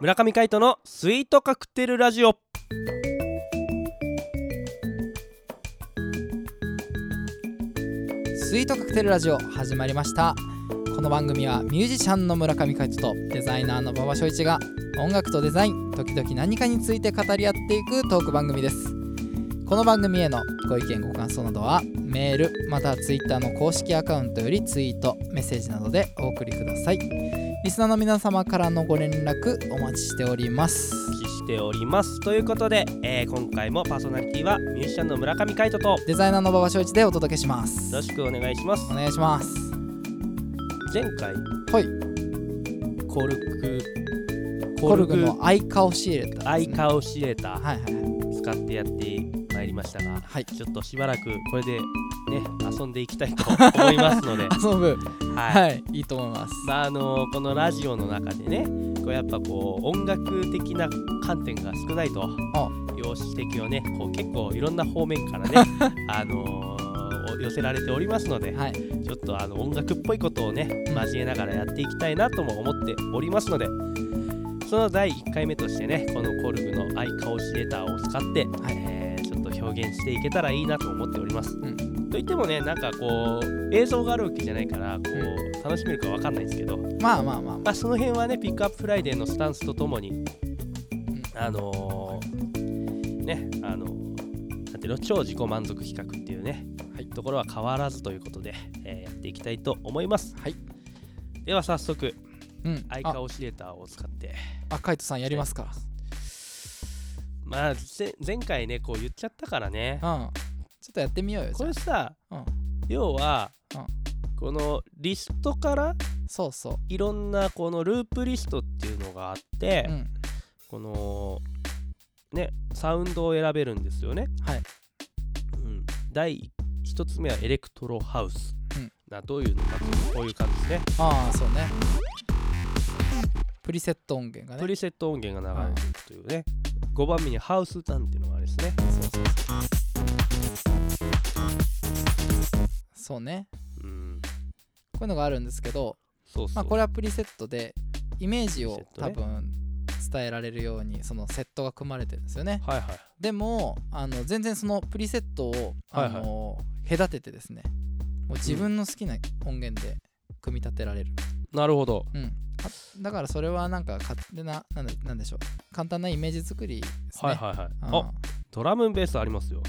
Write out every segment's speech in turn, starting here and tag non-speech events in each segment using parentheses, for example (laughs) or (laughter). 村上海人のスイートカクテルラジオスイートカクテルラジオ始まりましたこの番組はミュージシャンの村上海人とデザイナーの馬場翔一が音楽とデザイン時々何かについて語り合っていくトーク番組ですこの番組へのご意見ご感想などはメールまたはツイッターの公式アカウントよりツイートメッセージなどでお送りくださいリスナーの皆様からのご連絡お待ちしておりますお聞きしておりますということで、えー今回もパーソナリティはミュージシャンの村上海人とよデザイナーの馬場翔一でお届けしますろしくお願いしますお願いします前回はいコルクコルグのアイカを仕入れたアイをカオシエーターはいはいはい使ってやってまいりましたがはいちょっとしばらくこれでね遊んでいきたいと思います (laughs) ので遊ぶはいはい、いいと思います。まああのこのラジオの中でねこうやっぱこう音楽的な観点が少ないとあ要指摘をねこう結構いろんな方面からねあのー寄せられておりますので、はい、ちょっとあの音楽っぽいことをね交えながらやっていきたいなとも思っておりますのでその第1回目としてねこのコルグの「アイカオシレター」を使って、はいえーちょっと表現していけたらいいなと思っております。うんといってもねなんかこう映像があるわけじゃないからこう楽しめるかわかんないですけどまあまあまあ、ままあ、その辺はね、ピックアップフライデーのスタンスとともに、あ、あのーね、あのーなんていうの、超自己満足企画っていうね、はいところは変わらずということで、えーやっていきたいと思います。はいでは早速、うん、アイカオシレーターを使って、あ、あカイトさんやりますかまあ、ぜ前回ね、こう言っちゃったからね、ら。うん、ちょっとやってみようよ。じこゃれさ、あうん、要はうん、このリストからそうそいろんなこのループリストっていうのがあって、う。うん、このねサウンドを選べるんですよね。はいうん、第1つ目はエレクトロハウス。うんなどういうのかっていうとこういう感じですね。ああ、そうね。プリセット音源がプね。リセット音源が流れていくというね。5番目にハウスなんていうのがあれですね。そうそうそう。そうね、うん、こういうのがあるんですけど、そうそう。まあ、これはプリセットでイメージをプリセ多ット分伝えられるようにそのセットが組まれてるんですよね。はいはい。でもあの全然そのプリセットをあの、隔ててですねもう自分の好きな音源で組み立てられる、なるほど。うんあだからそれはなんか勝手ななんだなんでしょう簡単なイメージ作りですはねいはいはい。うんあドラムンベースありますよ。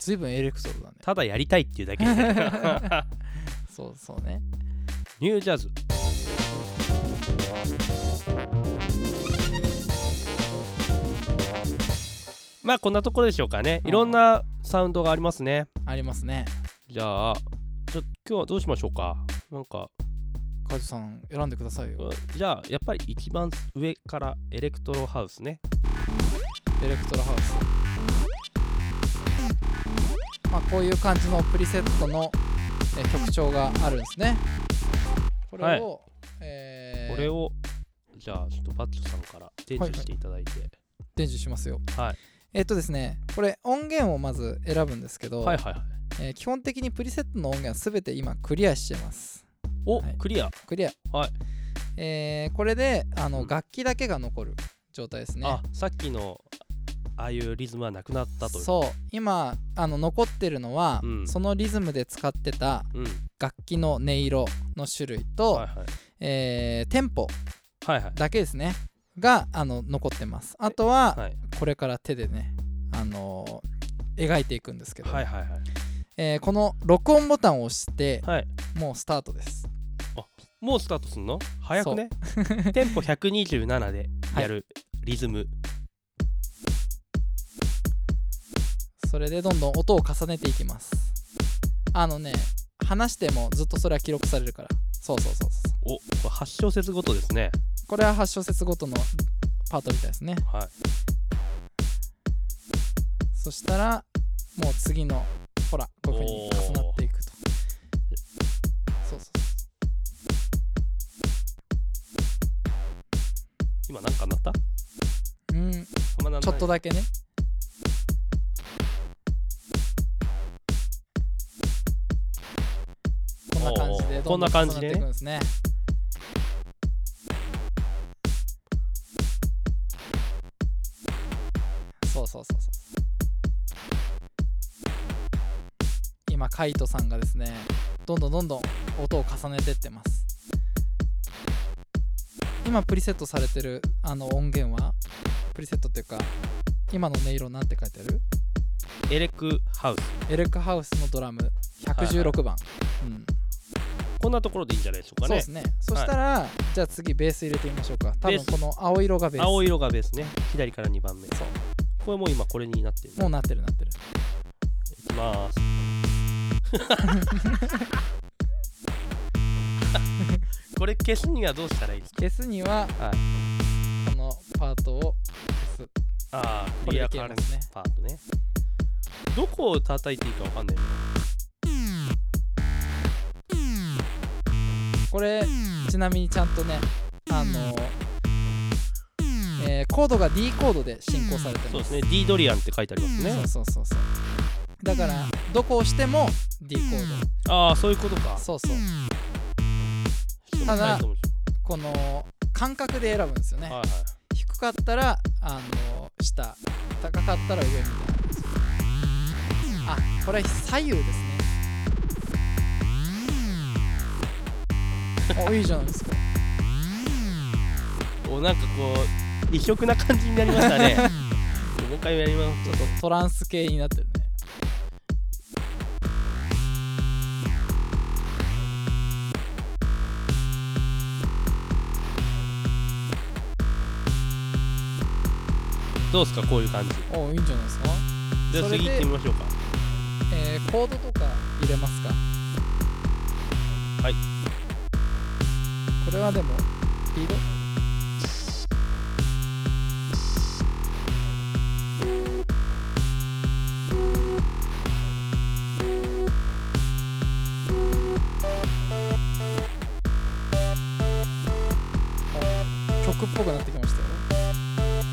ずいぶんエレクトロだねただやりたいっていうだけでそうそうねニュージャズ。まあこんなところでしょうかね。いろんなサウンドがありますね。ありますねじゃあ、ちょ今日はどうしましょうか。なんか、カズさん選んでくださいようじゃあやっぱり一番上からエレクトロハウスね。エレクトロハウスまあこういう感じのプリセットのえー曲調があるんですねこれを、えーこれを、じゃあちょっとバッチョさんから伝授していただいて。伝授しますよはいえっとですねこれ音源をまず選ぶんですけど、はいはいはい。えー基本的にプリセットの音源は全て今クリアしてますお、はいクリア。クリアはいえーこれであうんの楽器だけが残る状態ですねあさっきのああいうリズムはなくなったという。そう今あの残ってるのは、うんそのリズムで使ってたうん。楽器の音色の種類と、はいはい。えーテンポはいはい。だけですねがあの残ってますあとははいこれから手でね、あのー描いていくんですけど、はいはいはい。えーこの録音ボタンを押してはい、もうスタートですもうスタートすんの早くねテンポ127でやるリズム、それでどんどん音を重ねていきますあのね話してもずっとそれは記録されるからそうそうそうそうおこれ8小節ごとですねこれは8小節ごとのパートみたいですねはいそしたらもう次のほらこういうふうに重なっていくとそうそうそう今なんか鳴ったうん、ちあんま鳴らないょっとだけね。こんな感じでどんどん重なっていくんですねそうそうそうそう今カイトさんがですねどんどんどんどん音を重ねてってます今プリセットされてるあの音源はプリセットっていうか今の音色なんて書いてあるエレクハウスエレクハウスのドラム116番、うんこんなところでいいんじゃないでしょうかそねうですねそしたら、じゃあ次ベース入れてみましょうか多ベー分スこの青色がベース青色がベースね左から2番目そうこれもう今これになってるもうなってるなってるいきますこれ消すにはどうしたらいいですか消すにはは、このパートを消すああこクリれアでカー消えレンますねパートねどこを叩いていいかわかんないねこれちなみにちゃんとねあの、えーコードが D コードで進行されてますそうですね D ドリアンって書いてありますねそうそうそうそうだからどこを押しても D コーああそういうことドかそうそうたただだはいこの感覚で選ぶんですよね、はい低かったらあの下高かったら上みたいなあこれ左右ですねおいいじゃないですかおなんかこう異色な感じになりましたね (laughs) もう一回やりますちょっとトランス系になってるねどうですかこういう感じおいいんじゃないですか、じゃあそれで次行ってみましょうかえーコードとか入れますかはいこれはでもリードあ曲っぽくなってきましたよ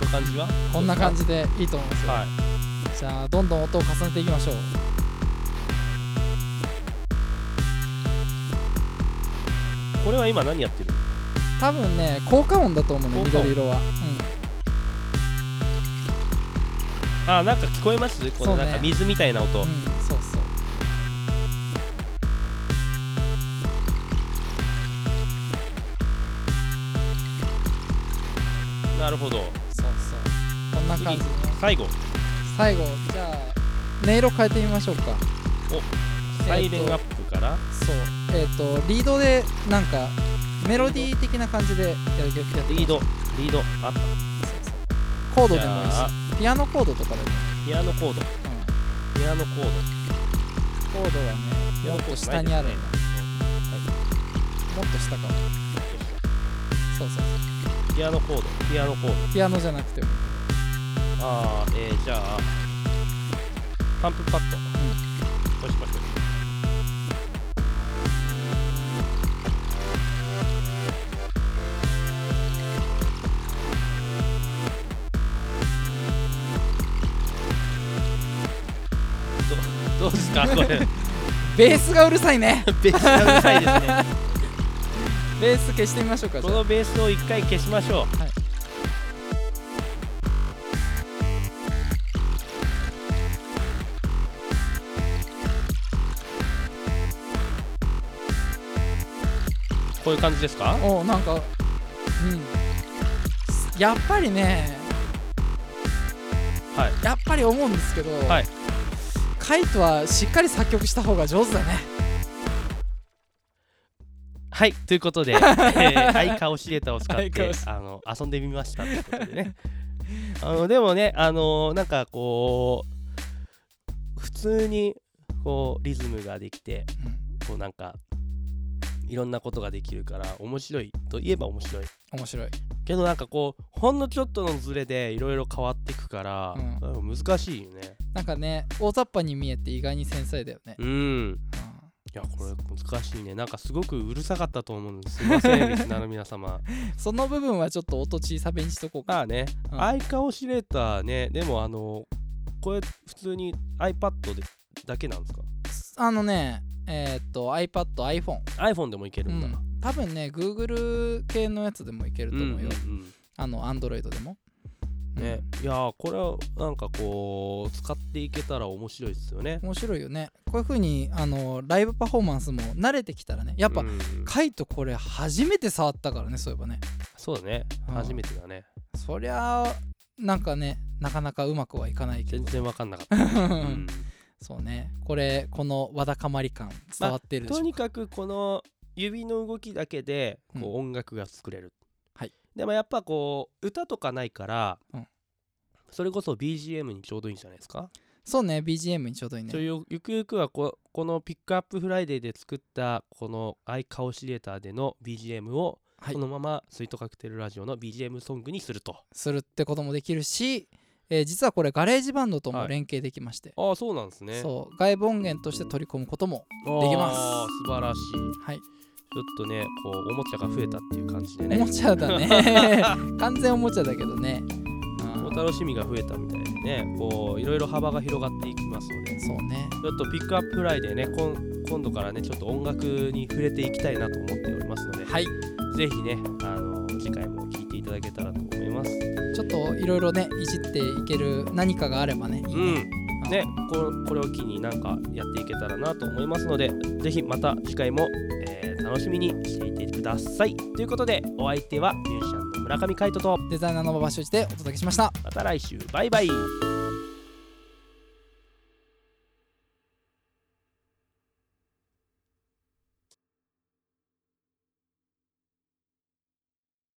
この感じはこんな感じでいいと思いますよ、はいじゃあどんどん音を重ねていきましょうこれは今何やってる多分ね効果音だと思うね効果音緑色は、あーなんか聞こえますこそのうねなんか水みたいな音、うん、うん、そうそうなるほどそうそうこんな感じね最後最後じゃあ音色変えてみましょうかサイレンアップから、そうえっ、とリードでなんかメロディー的な感じでやる曲やってみリーましょドリードアップうそうそうコードじでもいいゃあしピアノコードとかでも、ピアノコードピアノコードうん、コードはねもっと下にあるんだもっと下かもそうそうそピアノコードピアノコードうピアノじゃなくてもいいああえー、じゃあパンプパッド、よしよしよしどどうですかこ (laughs) れベースがうるさいねベースがうるさいですね (laughs) ベース消してみましょうかじこゃあのベースを一回消しましょう、はいこういう感じですかおなんかうんやっぱりねはいやっぱり思うんですけど、はいカイトはしっかり作曲した方が上手だねはいという (laughs) ことで「えー、相顔シレタ」を使っ相川てシレあの遊んでみましたということでね (laughs) あのでもねあのなんかこう普通にこうリズムができてこうなんかいろんなことができるから面白いといえば面白い面白いけどなんかこうほんのちょっとのズレでいろいろ変わっていくから、難しいよねなんかね大雑把に見えて意外に繊細だよね、うんうんいやこれ難しいねなんかすごくうるさかったと思うんですすいませんリスナーの皆 (laughs) 様その部分はちょっと音小さめにしとこうかまあね、うんアイカオシレーターねでもあのこれ普通に iPad でだけなんですかあのねえーっと iPadiPhone iPhone でもいけるんだ、多分ね Google 系のやつでもいけるとうん思ううんよ、うんあの Android でも、うんね、いやーこれはなんかこう使っていけたら面白いですよね面白いよねこういう風にあのライブパフォーマンスも慣れてきたらねやっぱ、うんカイトこれ初めて触ったからねそういえばねそうだねうん初めてだねそりゃあなんかねなかなかうまくはいかないけ全ど然わかんなかった、うん (laughs) そうねこれこのわだかまり感伝わってるでしょとうにか、かくこの指の動きだけでうんこう音楽が作れる、はいでもやっぱこう歌とかないから、うんそれこそ BGM にちょうどいいんじゃないですか、そうね BGM にちょうどいいねちょゆゆくゆくはここの「ピックアップフライデー」で作ったこの「アイカオシレーター」での BGM をはいそのままスイートカクテルラジオの BGM ソングにすると、するってこともできるし、えー実はこれガレージバンドともはい連携できまして、ああそうなんですねそう外部音源として取り込むこともできますあー素晴らしいはいちょっとねこうおもちゃが増えたっていう感じでおねもちゃだ (laughs) ね完全おもちゃだけどねうんお楽しみが増えたみたいでねこういろいろ幅が広がっていきますのでちそうねょっとピックアップフライでねこん今度からねちょっと音楽に触れていきたいなと思っておりますので、はいぜひねあの次回も聴いていただけたらと思いますちょっといろいろねいじっていける何かがあればねいいうんね,うん、ねここれを機になんかやっていけたらなと思いますのでぜひまた次回も、えー楽しみにしていてくださいということでお相手はミュージシャンの村上海人とデザイナーの馬場所一でお届けしましたまた来週バイバイ